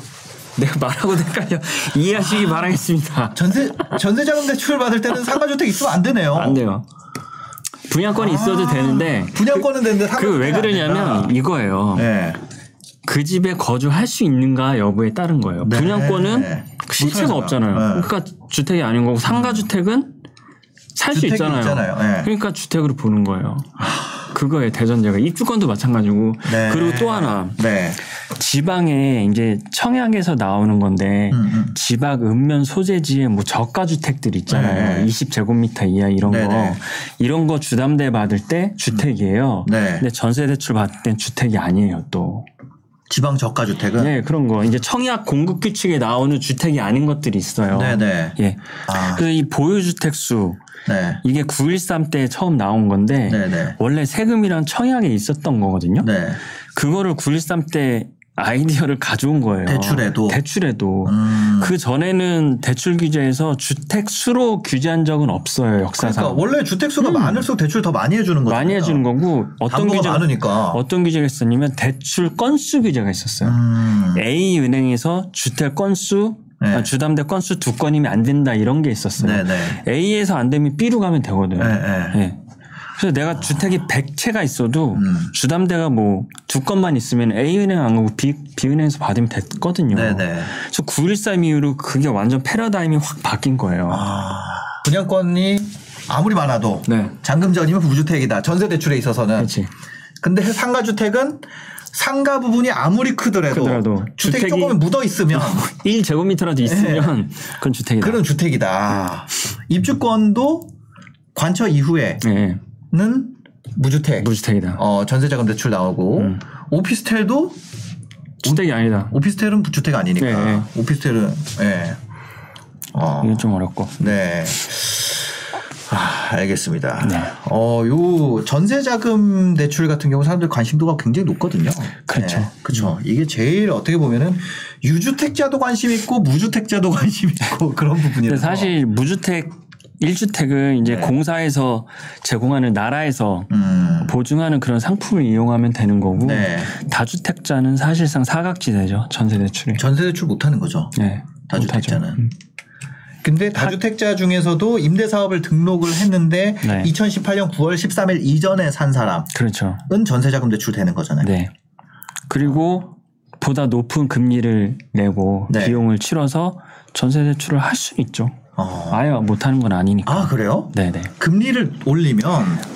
[SPEAKER 1] 내가 말하고도 헷갈려. 이해하시기 바라겠습니다.
[SPEAKER 2] 전세 전세자금 대출 받을 때는 상가주택 있으면 안 되네요.
[SPEAKER 1] 안 돼요. 분양권이 있어도
[SPEAKER 2] 아,
[SPEAKER 1] 되는데
[SPEAKER 2] 분양권은 되는데 상가.
[SPEAKER 1] 그 왜
[SPEAKER 2] 아.
[SPEAKER 1] 그러냐면 이거예요.
[SPEAKER 2] 네.
[SPEAKER 1] 그 집에 거주할 수 있는가 여부에 따른 거예요.
[SPEAKER 2] 네.
[SPEAKER 1] 분양권은 그
[SPEAKER 2] 네.
[SPEAKER 1] 실체가
[SPEAKER 2] 무슨
[SPEAKER 1] 없잖아요.
[SPEAKER 2] 상관. 네.
[SPEAKER 1] 그러니까 주택이 아닌 거고 상가 주택은 살 수
[SPEAKER 2] 주택이
[SPEAKER 1] 있잖아요.
[SPEAKER 2] 있잖아요. 네.
[SPEAKER 1] 그러니까 주택으로 보는 거예요. 그거에 대전제가 입주권도 마찬가지고
[SPEAKER 2] 네.
[SPEAKER 1] 그리고 또 하나
[SPEAKER 2] 네.
[SPEAKER 1] 지방에 이제 청약에서 나오는 건데
[SPEAKER 2] 음, 음.
[SPEAKER 1] 지방 읍면 소재지에 뭐 저가 주택들 있잖아요.
[SPEAKER 2] 네.
[SPEAKER 1] 20제곱미터 이하 이런
[SPEAKER 2] 네, 네.
[SPEAKER 1] 거 이런 거 주담대 받을 때 주택이에요.
[SPEAKER 2] 네.
[SPEAKER 1] 근데 전세 대출 받을 땐 주택이 아니에요 또.
[SPEAKER 2] 지방 저가 주택은
[SPEAKER 1] 네, 그런 거. 이제 청약 공급 규칙에 나오는 주택이 아닌 것들이 있어요.
[SPEAKER 2] 네네.
[SPEAKER 1] 예.
[SPEAKER 2] 아.
[SPEAKER 1] 그 이 보유주택 수
[SPEAKER 2] 네.
[SPEAKER 1] 이게 9.13 때 처음 나온 건데
[SPEAKER 2] 네네.
[SPEAKER 1] 원래 세금이랑 청약에 있었던 거거든요.
[SPEAKER 2] 네.
[SPEAKER 1] 그거를 9.13 때 아이디어를 가져온 거예요.
[SPEAKER 2] 대출에도?
[SPEAKER 1] 대출에도.
[SPEAKER 2] 음.
[SPEAKER 1] 그 전에는 대출 규제에서 주택 수로 규제한 적은 없어요 역사상. 음.
[SPEAKER 2] 그러니까 원래 주택 수가 많을수록 대출 더 많이 해주는 거죠.
[SPEAKER 1] 많이 해주는 거고 어떤
[SPEAKER 2] 담보가
[SPEAKER 1] 규제
[SPEAKER 2] 많으니까.
[SPEAKER 1] 어떤 규제가 있었냐면 대출 건수 규제가 있었어요.
[SPEAKER 2] 음.
[SPEAKER 1] A 은행에서 주택 건수
[SPEAKER 2] 네.
[SPEAKER 1] 아, 주담대 건수 두 건이면 안 된다 이런 게 있었어요.
[SPEAKER 2] 네네.
[SPEAKER 1] A에서 안 되면 B로 가면 되거든요.
[SPEAKER 2] 네, 네.
[SPEAKER 1] 예. 그래서 내가 주택이 100채가 있어도
[SPEAKER 2] 음.
[SPEAKER 1] 주담대가 뭐 두 건만 있으면 A은행 안 가고 B, B은행에서 받으면 됐거든요.
[SPEAKER 2] 네네.
[SPEAKER 1] 그래서 9.13 이후로 그게 완전 패러다임이 확 바뀐 거예요.
[SPEAKER 2] 아, 분양권이 아무리 많아도
[SPEAKER 1] 네.
[SPEAKER 2] 잔금 전이면 무주택이다. 전세 대출에 있어서는.
[SPEAKER 1] 그렇지.
[SPEAKER 2] 근데 상가 주택은 상가 부분이 아무리 크더라도,
[SPEAKER 1] 크더라도
[SPEAKER 2] 주택이,
[SPEAKER 1] 주택이-
[SPEAKER 2] 조금 묻어 있으면
[SPEAKER 1] 1제곱미터라도 있으면 그건 주택이다.
[SPEAKER 2] 네. 그런 주택이다. 입주권도 관처 이후에는
[SPEAKER 1] 예,
[SPEAKER 2] 무주택. 음.
[SPEAKER 1] 무주택이다.
[SPEAKER 2] 어, 전세자금 대출 나오고 오피스텔도
[SPEAKER 1] 주택이 아니다.
[SPEAKER 2] 오피스텔은 주택 아니니까
[SPEAKER 1] 네,
[SPEAKER 2] 오피스텔은 예. 어,
[SPEAKER 1] 이건 좀 어렵고.
[SPEAKER 2] 네. 아, 알겠습니다.
[SPEAKER 1] 네.
[SPEAKER 2] 어, 요 전세자금 대출 같은 경우 사람들 관심도가 굉장히 높거든요.
[SPEAKER 1] 그렇죠.
[SPEAKER 2] 그렇죠. 이게 제일 어떻게 보면은 유주택자도 관심 있고 무주택자도 관심 있고 그런
[SPEAKER 1] 근데
[SPEAKER 2] 부분이라서
[SPEAKER 1] 사실 무주택 1주택은 이제
[SPEAKER 2] 어. 네.
[SPEAKER 1] 공사에서 제공하는 나라에서
[SPEAKER 2] 음.
[SPEAKER 1] 보증하는 그런 상품을 이용하면 되는 거고
[SPEAKER 2] 네.
[SPEAKER 1] 다주택자는 사실상 사각지대죠 전세 대출이.
[SPEAKER 2] 전세 대출 못 하는 거죠.
[SPEAKER 1] 네,
[SPEAKER 2] 다주택자는.
[SPEAKER 1] 못하죠. 음.
[SPEAKER 2] 근데 다주택자 중에서도 임대 사업을 등록을 했는데
[SPEAKER 1] 네.
[SPEAKER 2] 2018년 9월 13일 이전에 산 사람은
[SPEAKER 1] 그렇죠.
[SPEAKER 2] 전세자금 대출 되는 거잖아요.
[SPEAKER 1] 네. 그리고 보다 높은 금리를 내고
[SPEAKER 2] 네.
[SPEAKER 1] 비용을 치러서 전세 대출을 할 수 있죠.
[SPEAKER 2] 어.
[SPEAKER 1] 아예 못하는 건 아니니까.
[SPEAKER 2] 아 그래요?
[SPEAKER 1] 네네.
[SPEAKER 2] 금리를 올리면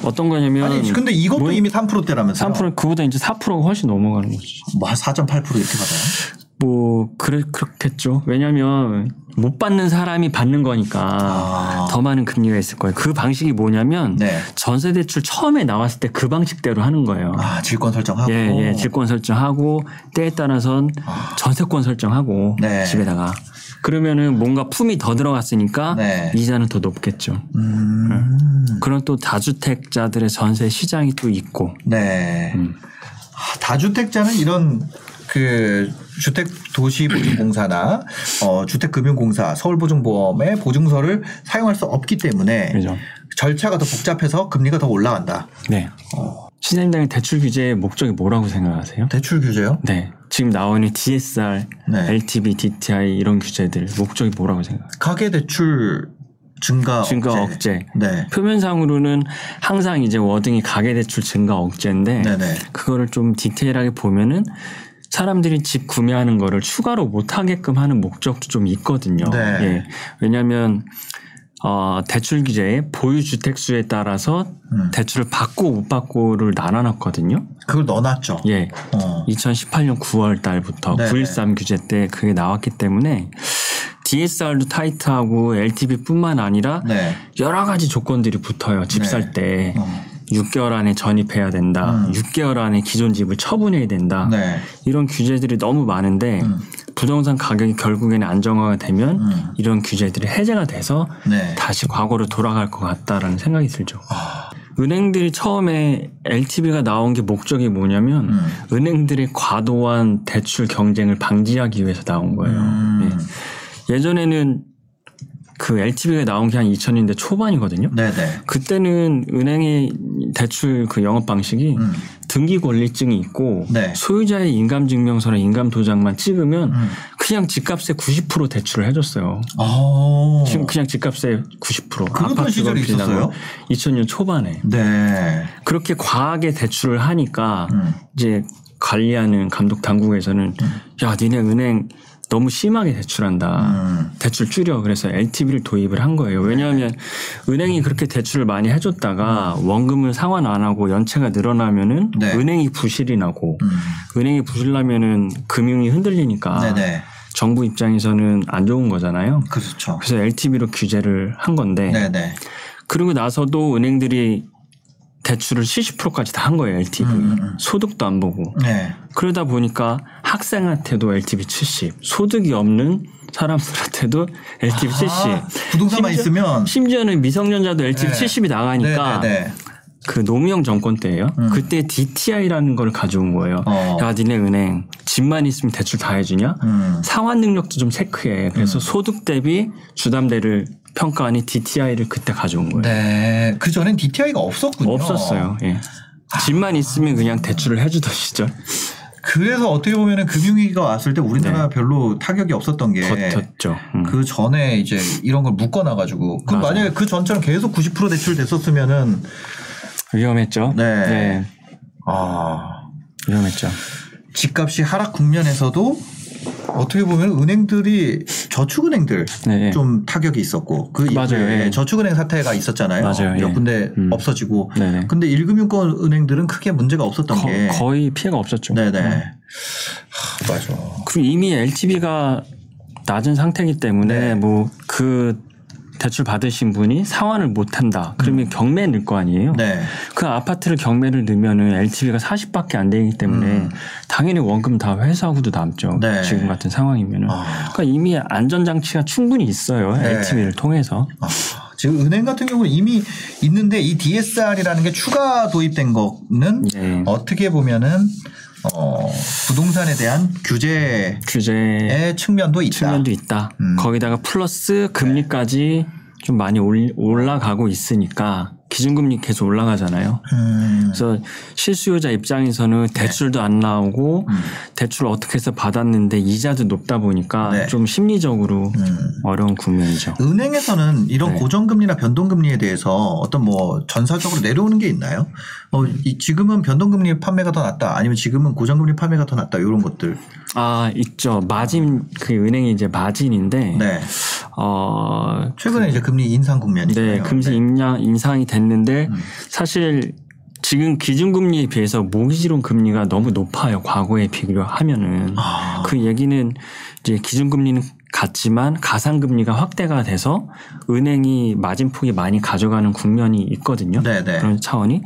[SPEAKER 1] 어떤 거냐면
[SPEAKER 2] 아니 근데 이것도
[SPEAKER 1] 뭐-
[SPEAKER 2] 이미 3%대라면서요?
[SPEAKER 1] 3% 그보다 이제 4%가 훨씬 넘어가는 거죠.
[SPEAKER 2] 뭐4.8% 이렇게 받아요?
[SPEAKER 1] 뭐 그래 그렇겠죠. 왜냐하면 못 받는 사람이 받는 거니까
[SPEAKER 2] 아.
[SPEAKER 1] 더 많은 금리가 있을 거예요. 그 방식이 뭐냐면
[SPEAKER 2] 네.
[SPEAKER 1] 전세 대출 처음에 나왔을 때 그 방식대로 하는 거예요.
[SPEAKER 2] 아 질권 설정하고
[SPEAKER 1] 예, 예, 질권 설정하고 때에 따라선 전세권 설정하고
[SPEAKER 2] 네.
[SPEAKER 1] 집에다가 그러면은 뭔가 품이 더 들어갔으니까
[SPEAKER 2] 네.
[SPEAKER 1] 이자는 더 높겠죠.
[SPEAKER 2] 음,
[SPEAKER 1] 그런 또 다주택자들의 전세 시장이 또 있고
[SPEAKER 2] 네.
[SPEAKER 1] 음.
[SPEAKER 2] 아, 다주택자는 이런 그 주택 도시 보증공사나 어, 주택금융공사, 서울보증보험의 보증서를 사용할 수 없기 때문에
[SPEAKER 1] 그죠.
[SPEAKER 2] 절차가 더 복잡해서 금리가 더 올라간다.
[SPEAKER 1] 네.
[SPEAKER 2] 어.
[SPEAKER 1] 신사임당의 대출 규제의 목적이 뭐라고 생각하세요?
[SPEAKER 2] 대출 규제요?
[SPEAKER 1] 네. 지금 나오는 DSR,
[SPEAKER 2] 네.
[SPEAKER 1] LTV, DTI 이런 규제들 목적이 뭐라고 생각해요?
[SPEAKER 2] 가계 대출 증가
[SPEAKER 1] 증가
[SPEAKER 2] 억제.
[SPEAKER 1] 억제.
[SPEAKER 2] 네.
[SPEAKER 1] 표면상으로는 항상 이제 워딩이 가계대출 증가 억제인데
[SPEAKER 2] 네네.
[SPEAKER 1] 그거를 좀 디테일하게 보면은 사람들이 집 구매하는 거를 추가로 못 하게끔 하는 목적도 좀 있거든요.
[SPEAKER 2] 네.
[SPEAKER 1] 예. 왜냐하면 어, 대출 규제에 보유 주택 수에 따라서
[SPEAKER 2] 음.
[SPEAKER 1] 대출을 받고 못 받고를 나눠놨거든요.
[SPEAKER 2] 그걸 넣어놨죠.
[SPEAKER 1] 예.
[SPEAKER 2] 어.
[SPEAKER 1] 2018년 9월 달부터
[SPEAKER 2] 네.
[SPEAKER 1] 9.13 규제 때 그게 나왔기 때문에 DSR도 타이트하고 LTV뿐만 아니라
[SPEAKER 2] 네.
[SPEAKER 1] 여러 가지 조건들이 붙어요.
[SPEAKER 2] 네.
[SPEAKER 1] 집 살 때.
[SPEAKER 2] 어.
[SPEAKER 1] 6개월 안에 전입해야 된다.
[SPEAKER 2] 음.
[SPEAKER 1] 6개월 안에 기존 집을 처분해야 된다.
[SPEAKER 2] 네.
[SPEAKER 1] 이런 규제들이 너무 많은데
[SPEAKER 2] 음.
[SPEAKER 1] 부동산 가격이 결국에는 안정화가 되면
[SPEAKER 2] 음.
[SPEAKER 1] 이런 규제들이 해제가 돼서
[SPEAKER 2] 네. 아.
[SPEAKER 1] 다시 과거로 돌아갈 것 같다라는 생각이 들죠. 은행들이 처음에 LTV가 나온 게 목적이 뭐냐면
[SPEAKER 2] 음.
[SPEAKER 1] 은행들의 과도한 대출 경쟁을 방지하기 위해서 나온 거예요.
[SPEAKER 2] 음.
[SPEAKER 1] 예. 예전에는 그 LTV가 나온 게 한 2000년대 초반이거든요.
[SPEAKER 2] 네네.
[SPEAKER 1] 그때는 은행의 대출 그 영업 방식이
[SPEAKER 2] 음.
[SPEAKER 1] 등기 권리증이 있고
[SPEAKER 2] 네.
[SPEAKER 1] 소유자의 인감 증명서나 인감 도장만 찍으면
[SPEAKER 2] 음.
[SPEAKER 1] 그냥 집값의 90% 대출을 해줬어요.
[SPEAKER 2] 어.
[SPEAKER 1] 지금 그냥 집값의 90%
[SPEAKER 2] 그런 시절이 있었어요?
[SPEAKER 1] 2000년 초반에
[SPEAKER 2] 네.
[SPEAKER 1] 그렇게 과하게 대출을 하니까
[SPEAKER 2] 음.
[SPEAKER 1] 이제 관리하는 감독 당국에서는 야 니네 은행 너무 심하게 대출한다.
[SPEAKER 2] 음.
[SPEAKER 1] 대출 줄여 그래서 LTV를 도입을 한 거예요. 왜냐하면 은행이 그렇게 대출을 많이 해줬다가 원금을 상환 안 하고 연체가 늘어나면은
[SPEAKER 2] 네.
[SPEAKER 1] 은행이 부실이 나고
[SPEAKER 2] 음.
[SPEAKER 1] 은행이 부실 나면은 금융이 흔들리니까
[SPEAKER 2] 네네.
[SPEAKER 1] 정부 입장에서는 안 좋은 거잖아요.
[SPEAKER 2] 그렇죠. 네.
[SPEAKER 1] 네. 그래서 LTV로 규제를 한 건데
[SPEAKER 2] 네네.
[SPEAKER 1] 그러고 나서도 은행들이 대출을 70%까지 다 한 거예요, LTV.
[SPEAKER 2] 음,
[SPEAKER 1] 소득도 안 보고.
[SPEAKER 2] 네.
[SPEAKER 1] 그러다 보니까 학생한테도 LTV 70, 소득이 없는 사람들한테도
[SPEAKER 2] 아.
[SPEAKER 1] LTV 70.
[SPEAKER 2] 부동산만
[SPEAKER 1] 심지어-
[SPEAKER 2] 있으면
[SPEAKER 1] 심지어는 미성년자도 LTV
[SPEAKER 2] 네.
[SPEAKER 1] 70이 나가니까
[SPEAKER 2] 네, 네, 네.
[SPEAKER 1] 그 노무현 정권 때예요. 그때 DTI라는 걸 가져온 거예요.
[SPEAKER 2] 어.
[SPEAKER 1] 야, 니네 은행 집만 있으면 대출 다 해주냐?
[SPEAKER 2] 음.
[SPEAKER 1] 상환 능력도 좀 체크해. 그래서 소득 대비 주담대를 평가하니 DTI를 그때 가져온 거예요.
[SPEAKER 2] 네. 그 전엔 DTI가 없었군요.
[SPEAKER 1] 없었어요. 예.
[SPEAKER 2] 아.
[SPEAKER 1] 집만 있으면 그냥 대출을 해주던 시절
[SPEAKER 2] 그래서 어떻게 보면은 금융위기가 왔을 때 우리나라 별로 타격이 없었던 게
[SPEAKER 1] 네. 버텼죠. 음.
[SPEAKER 2] 그 전에 이제 이런 걸 묶어놔가지고 그
[SPEAKER 1] 맞아요.
[SPEAKER 2] 만약에 그 전처럼 계속 90% 대출 됐었으면은
[SPEAKER 1] 위험했죠.
[SPEAKER 2] 네.
[SPEAKER 1] 네,
[SPEAKER 2] 아
[SPEAKER 1] 위험했죠.
[SPEAKER 2] 집값이 하락 국면에서도 어떻게 보면 은행들이 저축은행들
[SPEAKER 1] 네.
[SPEAKER 2] 좀 타격이 있었고 그
[SPEAKER 1] 맞아요.
[SPEAKER 2] 이후에
[SPEAKER 1] 예.
[SPEAKER 2] 저축은행 사태가 있었잖아요.
[SPEAKER 1] 맞아요.
[SPEAKER 2] 몇
[SPEAKER 1] 예.
[SPEAKER 2] 군데
[SPEAKER 1] 음.
[SPEAKER 2] 없어지고
[SPEAKER 1] 네네.
[SPEAKER 2] 근데 일금융권 은행들은 크게 문제가 없었던
[SPEAKER 1] 거,
[SPEAKER 2] 게
[SPEAKER 1] 거의 피해가 없었죠.
[SPEAKER 2] 네네
[SPEAKER 1] 음.
[SPEAKER 2] 하, 맞아.
[SPEAKER 1] 그리고 이미 LTV가 낮은 상태이기 때문에
[SPEAKER 2] 네.
[SPEAKER 1] 뭐 그 대출 받으신 분이 상환을 못 한다. 그러면 경매에 넣을 거 아니에요?
[SPEAKER 2] 음. 네.
[SPEAKER 1] 그 아파트를 경매를 넣으면은 LTV가 40밖에 안 되기 때문에 당연히 원금 다 회수하고도 남죠.
[SPEAKER 2] 음. 네.
[SPEAKER 1] 지금 같은 상황이면은.
[SPEAKER 2] 아.
[SPEAKER 1] 그러니까 이미 안전장치가 충분히 있어요.
[SPEAKER 2] 네.
[SPEAKER 1] LTV를 통해서.
[SPEAKER 2] 아, 지금 은행 같은 경우는 이미 있는데 이 DSR이라는 게 추가 도입된 거는
[SPEAKER 1] 네.
[SPEAKER 2] 어떻게 보면은 어, 부동산에 대한 규제의
[SPEAKER 1] 규제
[SPEAKER 2] 측면도 있다.
[SPEAKER 1] 네. 측면도 있다.
[SPEAKER 2] 음. 네.
[SPEAKER 1] 거기다가 플러스 금리까지 좀 많이 올- 올라가고 있으니까 기준금리 계속 올라가잖아요.
[SPEAKER 2] 음,
[SPEAKER 1] 그래서 실수요자 입장에서는 대출도 안 나오고 대출 을 어떻게 해서 받았는데 이자도 높다 보니까
[SPEAKER 2] 네.
[SPEAKER 1] 좀 심리적으로
[SPEAKER 2] 음.
[SPEAKER 1] 어려운 국면이죠.
[SPEAKER 2] 은행에서는 이런
[SPEAKER 1] 네.
[SPEAKER 2] 고정금리나 변동금리에 대해서 어떤 뭐 전사적으로 내려오는 게 있나요? 어, 이 지금은 변동금리 판매가 더 낫다, 아니면 지금은 고정금리 판매가 더 낫다 이런 것들.
[SPEAKER 1] 아 있죠. 마진 그 은행이 이제 마진인데
[SPEAKER 2] 네.
[SPEAKER 1] 어.
[SPEAKER 2] 최근에 이제 금리 인상 국면이잖아요.
[SPEAKER 1] 네, 금세 음. 인양, 인상이 됐는데 사실 지금 기준금리에 비해서 모기지론 금리가 너무 높아요. 과거에 비교하면은
[SPEAKER 2] 아,
[SPEAKER 1] 그 얘기는 이제 기준금리는 같지만 가상금리가 확대가 돼서 은행이 마진폭이 많이 가져가는 국면이 있거든요.
[SPEAKER 2] 네, 네.
[SPEAKER 1] 그런 차원이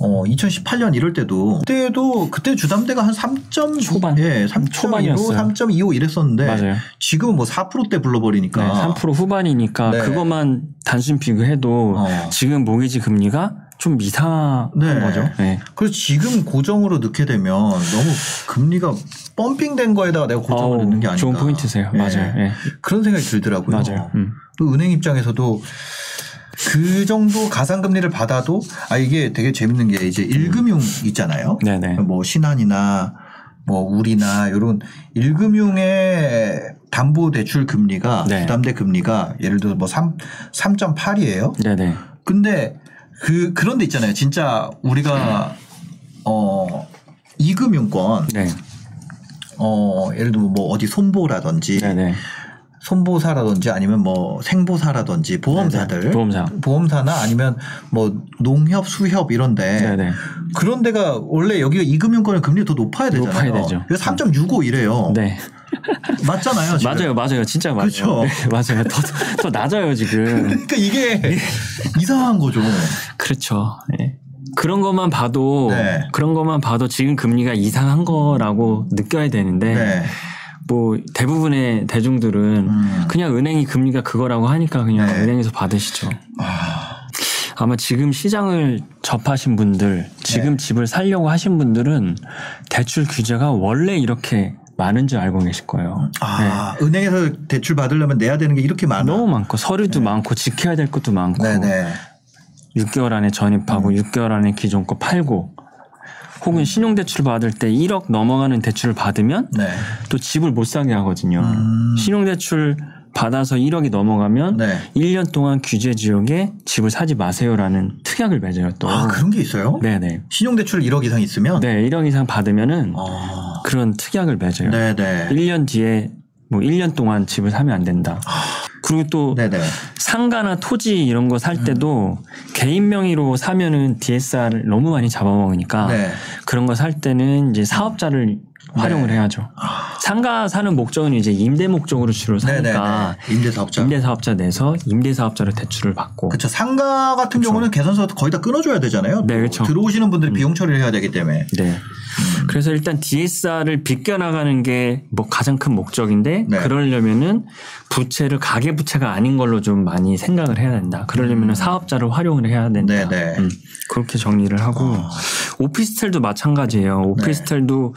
[SPEAKER 2] 어, 2018년 이럴 때도 그때도 그때 주담대가 한 3점
[SPEAKER 1] 초반.
[SPEAKER 2] 예, 3.25,
[SPEAKER 1] 초반이었어요.
[SPEAKER 2] 3.25 이랬었는데
[SPEAKER 1] 맞아요.
[SPEAKER 2] 지금은 뭐 4%대 불러버리니까
[SPEAKER 1] 네, 3% 후반이니까
[SPEAKER 2] 네.
[SPEAKER 1] 그것만 단순 비교해도
[SPEAKER 2] 어.
[SPEAKER 1] 지금 모기지 금리가 좀 미상한
[SPEAKER 2] 네.
[SPEAKER 1] 거죠. 네.
[SPEAKER 2] 그래서 지금 고정으로 넣게 되면 너무 금리가 펌핑된 거에다가 내가 고정을
[SPEAKER 1] 어우,
[SPEAKER 2] 넣는 게 아닌가.
[SPEAKER 1] 좋은 포인트세요.
[SPEAKER 2] 예.
[SPEAKER 1] 맞아요. 예.
[SPEAKER 2] 그런 생각이 들더라고요.
[SPEAKER 1] 맞아요. 음.
[SPEAKER 2] 또 은행 입장에서도 그 정도 가상금리를 받아도 아 이게 되게 재밌는 게 이제 일금융 있잖아요.
[SPEAKER 1] 네네.
[SPEAKER 2] 뭐 신한이나 뭐 우리나 이런 일금융의 담보 대출 금리가
[SPEAKER 1] 네.
[SPEAKER 2] 부담대 금리가 예를 들어 뭐3 3.8이에요.
[SPEAKER 1] 네네.
[SPEAKER 2] 근데 그 그런 데 있잖아요. 진짜 우리가 어 이금융권
[SPEAKER 1] 네.
[SPEAKER 2] 어 예를 들면 뭐 어디 손보라든지
[SPEAKER 1] 네네.
[SPEAKER 2] 손보사라든지 아니면 뭐 생보사라든지 보험사들
[SPEAKER 1] 보험사.
[SPEAKER 2] 나 아니면 뭐 농협 수협 이런데
[SPEAKER 1] 네네.
[SPEAKER 2] 그런 데가 원래 여기가 이금융권은 금리 가더 높아야 되잖아요.
[SPEAKER 1] 높아야 되죠.
[SPEAKER 2] 그래서 3.65 이래요.
[SPEAKER 1] 네.
[SPEAKER 2] 맞잖아요. 지금.
[SPEAKER 1] 맞아요. 맞아요. 진짜 맞아요.
[SPEAKER 2] 어. 그쵸?
[SPEAKER 1] 네, 맞아요. 더, 더 낮아요, 지금.
[SPEAKER 2] 그러니까
[SPEAKER 1] 네.
[SPEAKER 2] 이게 이상한 거죠.
[SPEAKER 1] 그렇죠. 예. 그런 것만 봐도
[SPEAKER 2] 네.
[SPEAKER 1] 그런 것만 봐도 지금 금리가 이상한 거라고 느껴야 되는데
[SPEAKER 2] 네.
[SPEAKER 1] 뭐 대부분의 대중들은
[SPEAKER 2] 음.
[SPEAKER 1] 그냥 은행이 금리가 그거라고 하니까 그냥
[SPEAKER 2] 네.
[SPEAKER 1] 은행에서 받으시죠.
[SPEAKER 2] 아,
[SPEAKER 1] 아마 지금 시장을 접하신 분들,
[SPEAKER 2] 네.
[SPEAKER 1] 지금 집을 살려고 하신 분들은 대출 규제가 원래 이렇게 많은 줄 알고 계실 거예요.
[SPEAKER 2] 아, 은행에서 대출 받으려면 내야 되는 게 이렇게 많아.
[SPEAKER 1] 네. 너무 많고 서류도 많고 지켜야 될 것도 많고
[SPEAKER 2] 음. 네. 네네.
[SPEAKER 1] 6개월 안에 전입하고
[SPEAKER 2] 음.
[SPEAKER 1] 6개월 안에 기존 거 팔고 혹은 신용대출 받을 때 1억 넘어가는 대출을 받으면
[SPEAKER 2] 네.
[SPEAKER 1] 또 집을 못 사게 하거든요. 신용대출 받아서 1억이 넘어가면
[SPEAKER 2] 음. 네.
[SPEAKER 1] 1년 동안 규제 지역에 집을 사지 마세요라는 특약을 맺어요 또.
[SPEAKER 2] 아, 그런 게 있어요?
[SPEAKER 1] 네네.
[SPEAKER 2] 신용대출 1억 이상 있으면?
[SPEAKER 1] 네, 1억 이상 받으면은
[SPEAKER 2] 아,
[SPEAKER 1] 그런 특약을 맺어요.
[SPEAKER 2] 네네.
[SPEAKER 1] 1년 뒤에 뭐 1년 동안 집을 사면 안 된다. 그리고 또
[SPEAKER 2] 아. 네네.
[SPEAKER 1] 상가나 토지 이런 거 살 때도 개인 명의로 사면은 DSR을 너무 많이 잡아먹으니까
[SPEAKER 2] 네.
[SPEAKER 1] 그런 거 살 때는 이제 사업자를 활용을 해야죠. 상가 사는 목적은 이제 임대 목적으로 주로
[SPEAKER 2] 네네.
[SPEAKER 1] 사니까
[SPEAKER 2] 임대사업자.
[SPEAKER 1] 임대사업자 내서 임대사업자로 대출을 받고
[SPEAKER 2] 그렇죠. 상가 같은 경우는 개선서도 거의 다 끊어줘야 되잖아요.
[SPEAKER 1] 네, 그쵸.
[SPEAKER 2] 들어오시는 분들이 비용 처리를 해야 되기 때문에.
[SPEAKER 1] 네. 그래서 일단 DSR을 비껴나가는 게 뭐 가장 큰 목적인데
[SPEAKER 2] 네.
[SPEAKER 1] 그러려면은 부채를 가계 부채가 아닌 걸로 좀 많이 생각을 해야 된다. 그러려면은 사업자를 활용을 해야 된다.
[SPEAKER 2] 음. 네, 아. 네.
[SPEAKER 1] 음, 그렇게 정리를 하고 오피스텔도 마찬가지예요.
[SPEAKER 2] 네.
[SPEAKER 1] 오피스텔도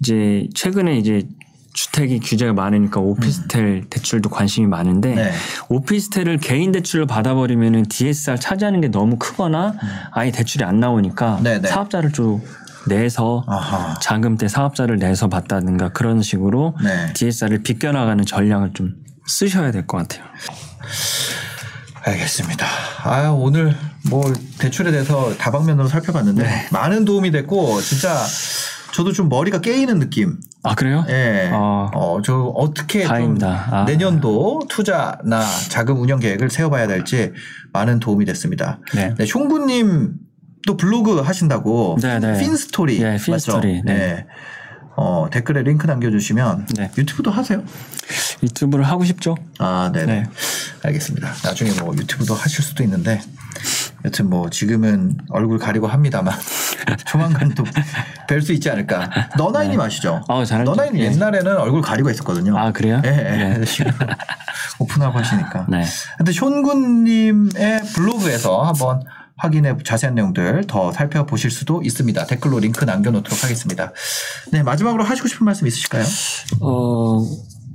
[SPEAKER 1] 이제 최근에 이제 주택이 규제가 많으니까 오피스텔 대출도 관심이 많은데
[SPEAKER 2] 네.
[SPEAKER 1] 오피스텔을 개인 대출을 받아버리면은 DSR 차지하는 게 너무 크거나 아예 대출이 안 나오니까
[SPEAKER 2] 네네.
[SPEAKER 1] 사업자를 좀 내서
[SPEAKER 2] 아하.
[SPEAKER 1] 자금 때 사업자를 내서 받다든가 그런 식으로
[SPEAKER 2] 네.
[SPEAKER 1] DSR을 비껴나가는 전략을 좀 쓰셔야 될 것 같아요.
[SPEAKER 2] 알겠습니다. 아 오늘 뭐 대출에 대해서 다방면으로 살펴봤는데
[SPEAKER 1] 네.
[SPEAKER 2] 많은 도움이 됐고 진짜 저도 좀 머리가 깨이는 느낌.
[SPEAKER 1] 아 그래요?
[SPEAKER 2] 예.
[SPEAKER 1] 어.
[SPEAKER 2] 어, 저 어떻게 좀
[SPEAKER 1] 다행이다. 아.
[SPEAKER 2] 내년도 투자나 자금 운영 계획을 세워봐야 될지 많은 도움이 됐습니다.
[SPEAKER 1] 네.
[SPEAKER 2] 네, 숑부님 또 블로그 하신다고
[SPEAKER 1] 네, 네.
[SPEAKER 2] 핀스토리
[SPEAKER 1] 예, 핀스토리.
[SPEAKER 2] 맞죠?
[SPEAKER 1] 네.
[SPEAKER 2] 네. 어, 댓글에 링크 남겨주시면
[SPEAKER 1] 네.
[SPEAKER 2] 유튜브도 하세요.
[SPEAKER 1] 유튜브를 하고 싶죠?
[SPEAKER 2] 아, 네. 네.
[SPEAKER 1] 네.
[SPEAKER 2] 알겠습니다. 나중에 뭐 유튜브도 하실 수도 있는데 여튼 뭐 지금은 얼굴 가리고 합니다만 조만간 또 뵐 수 있지 않을까. 너나이님 아시죠?
[SPEAKER 1] 아, 잘 알죠.
[SPEAKER 2] 너나이님
[SPEAKER 1] 예.
[SPEAKER 2] 옛날에는 얼굴 가리고 있었거든요.
[SPEAKER 1] 아 그래요?
[SPEAKER 2] 예, 예. 지금 오픈하고 하시니까.
[SPEAKER 1] 네.
[SPEAKER 2] 근데 쇼군님의 블로그에서 한번 확인해 자세한 내용들 더 살펴보실 수도 있습니다. 댓글로 링크 남겨놓도록 하겠습니다. 네 마지막으로 하시고 싶은 말씀 있으실까요?
[SPEAKER 1] 어,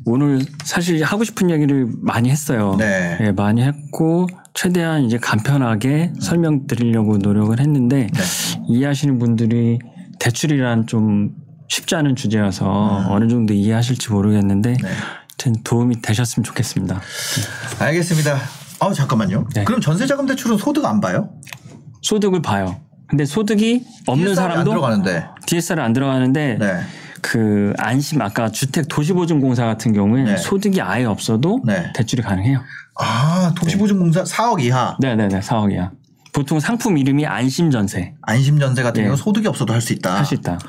[SPEAKER 1] 오늘 사실 하고 싶은 얘기를 많이 했어요.
[SPEAKER 2] 네.
[SPEAKER 1] 예, 많이 했고 최대한 이제 간편하게 설명드리려고 노력을 했는데
[SPEAKER 2] 네.
[SPEAKER 1] 이해하시는 분들이 대출이란 좀 쉽지 않은 주제여서
[SPEAKER 2] 음.
[SPEAKER 1] 어느 정도 이해하실지 모르겠는데
[SPEAKER 2] 네.
[SPEAKER 1] 하여튼 도움이 되셨으면 좋겠습니다.
[SPEAKER 2] 알겠습니다. 아우 잠깐만요.
[SPEAKER 1] 네.
[SPEAKER 2] 그럼 전세자금 대출은 소득 안 봐요?
[SPEAKER 1] 소득을 봐요. 근데 소득이 없는
[SPEAKER 2] DSR 안
[SPEAKER 1] 사람도
[SPEAKER 2] 들어가는데.
[SPEAKER 1] DSR을 안 들어가는데
[SPEAKER 2] 네.
[SPEAKER 1] 그 안심 아까 주택 도시보증공사 같은 경우에
[SPEAKER 2] 네.
[SPEAKER 1] 소득이 아예 없어도
[SPEAKER 2] 네.
[SPEAKER 1] 대출이 가능해요.
[SPEAKER 2] 아 도시보증공사 4억 이하
[SPEAKER 1] 네네네 4억이야. 보통 상품 이름이 안심전세
[SPEAKER 2] 안심전세 같은
[SPEAKER 1] 네.
[SPEAKER 2] 경우 소득이 없어도 할 수 있다.
[SPEAKER 1] 할 수 있다.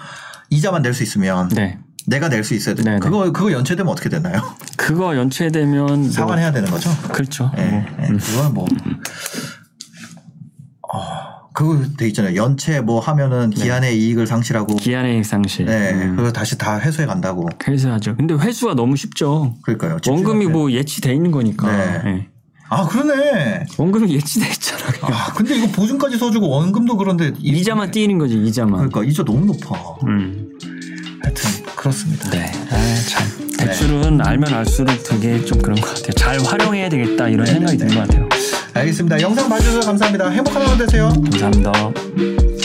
[SPEAKER 2] 이자만 낼 수 있으면
[SPEAKER 1] 네
[SPEAKER 2] 내가 낼 수 있어야 돼.
[SPEAKER 1] 네, 네.
[SPEAKER 2] 그거 그거 연체되면 어떻게 되나요?
[SPEAKER 1] 그거 연체되면 뭐-
[SPEAKER 2] 상환해야 되는 거죠?
[SPEAKER 1] 그렇죠.
[SPEAKER 2] 예,
[SPEAKER 1] 뭐.
[SPEAKER 2] 예, 그건 뭐. 어, 그거 돼 있잖아요. 연체 뭐 하면은 기한의 이익을 상실하고.
[SPEAKER 1] 기한의 상실.
[SPEAKER 2] 네.
[SPEAKER 1] 네. 음.
[SPEAKER 2] 그거 다시 다 회수해 간다고.
[SPEAKER 1] 회수하죠. 근데 회수가 너무 쉽죠.
[SPEAKER 2] 그러니까요.
[SPEAKER 1] 원금이
[SPEAKER 2] 집주인한테.
[SPEAKER 1] 뭐 예치돼 있는 거니까.
[SPEAKER 2] 네.
[SPEAKER 1] 예.
[SPEAKER 2] 아, 그러네.
[SPEAKER 1] 원금이 예치돼 있잖아.
[SPEAKER 2] 아, 근데 이거 보증까지 써주고 원금도 그런데. 이-
[SPEAKER 1] 이자만 띄는 거지 이자만.
[SPEAKER 2] 그러니까 이자 너무 높아.
[SPEAKER 1] 음.
[SPEAKER 2] 하여튼, 그렇습니다.
[SPEAKER 1] 네. 아, 참. 대출은 알면 알수록 되게 좀 그런 것 같아요. 잘 활용해야 되겠다
[SPEAKER 2] 네,
[SPEAKER 1] 이런 생각이 드는 것 같아요.
[SPEAKER 2] 알겠습니다. 영상 봐주셔서 감사합니다. 행복한 하루 되세요.
[SPEAKER 1] 감사합니다.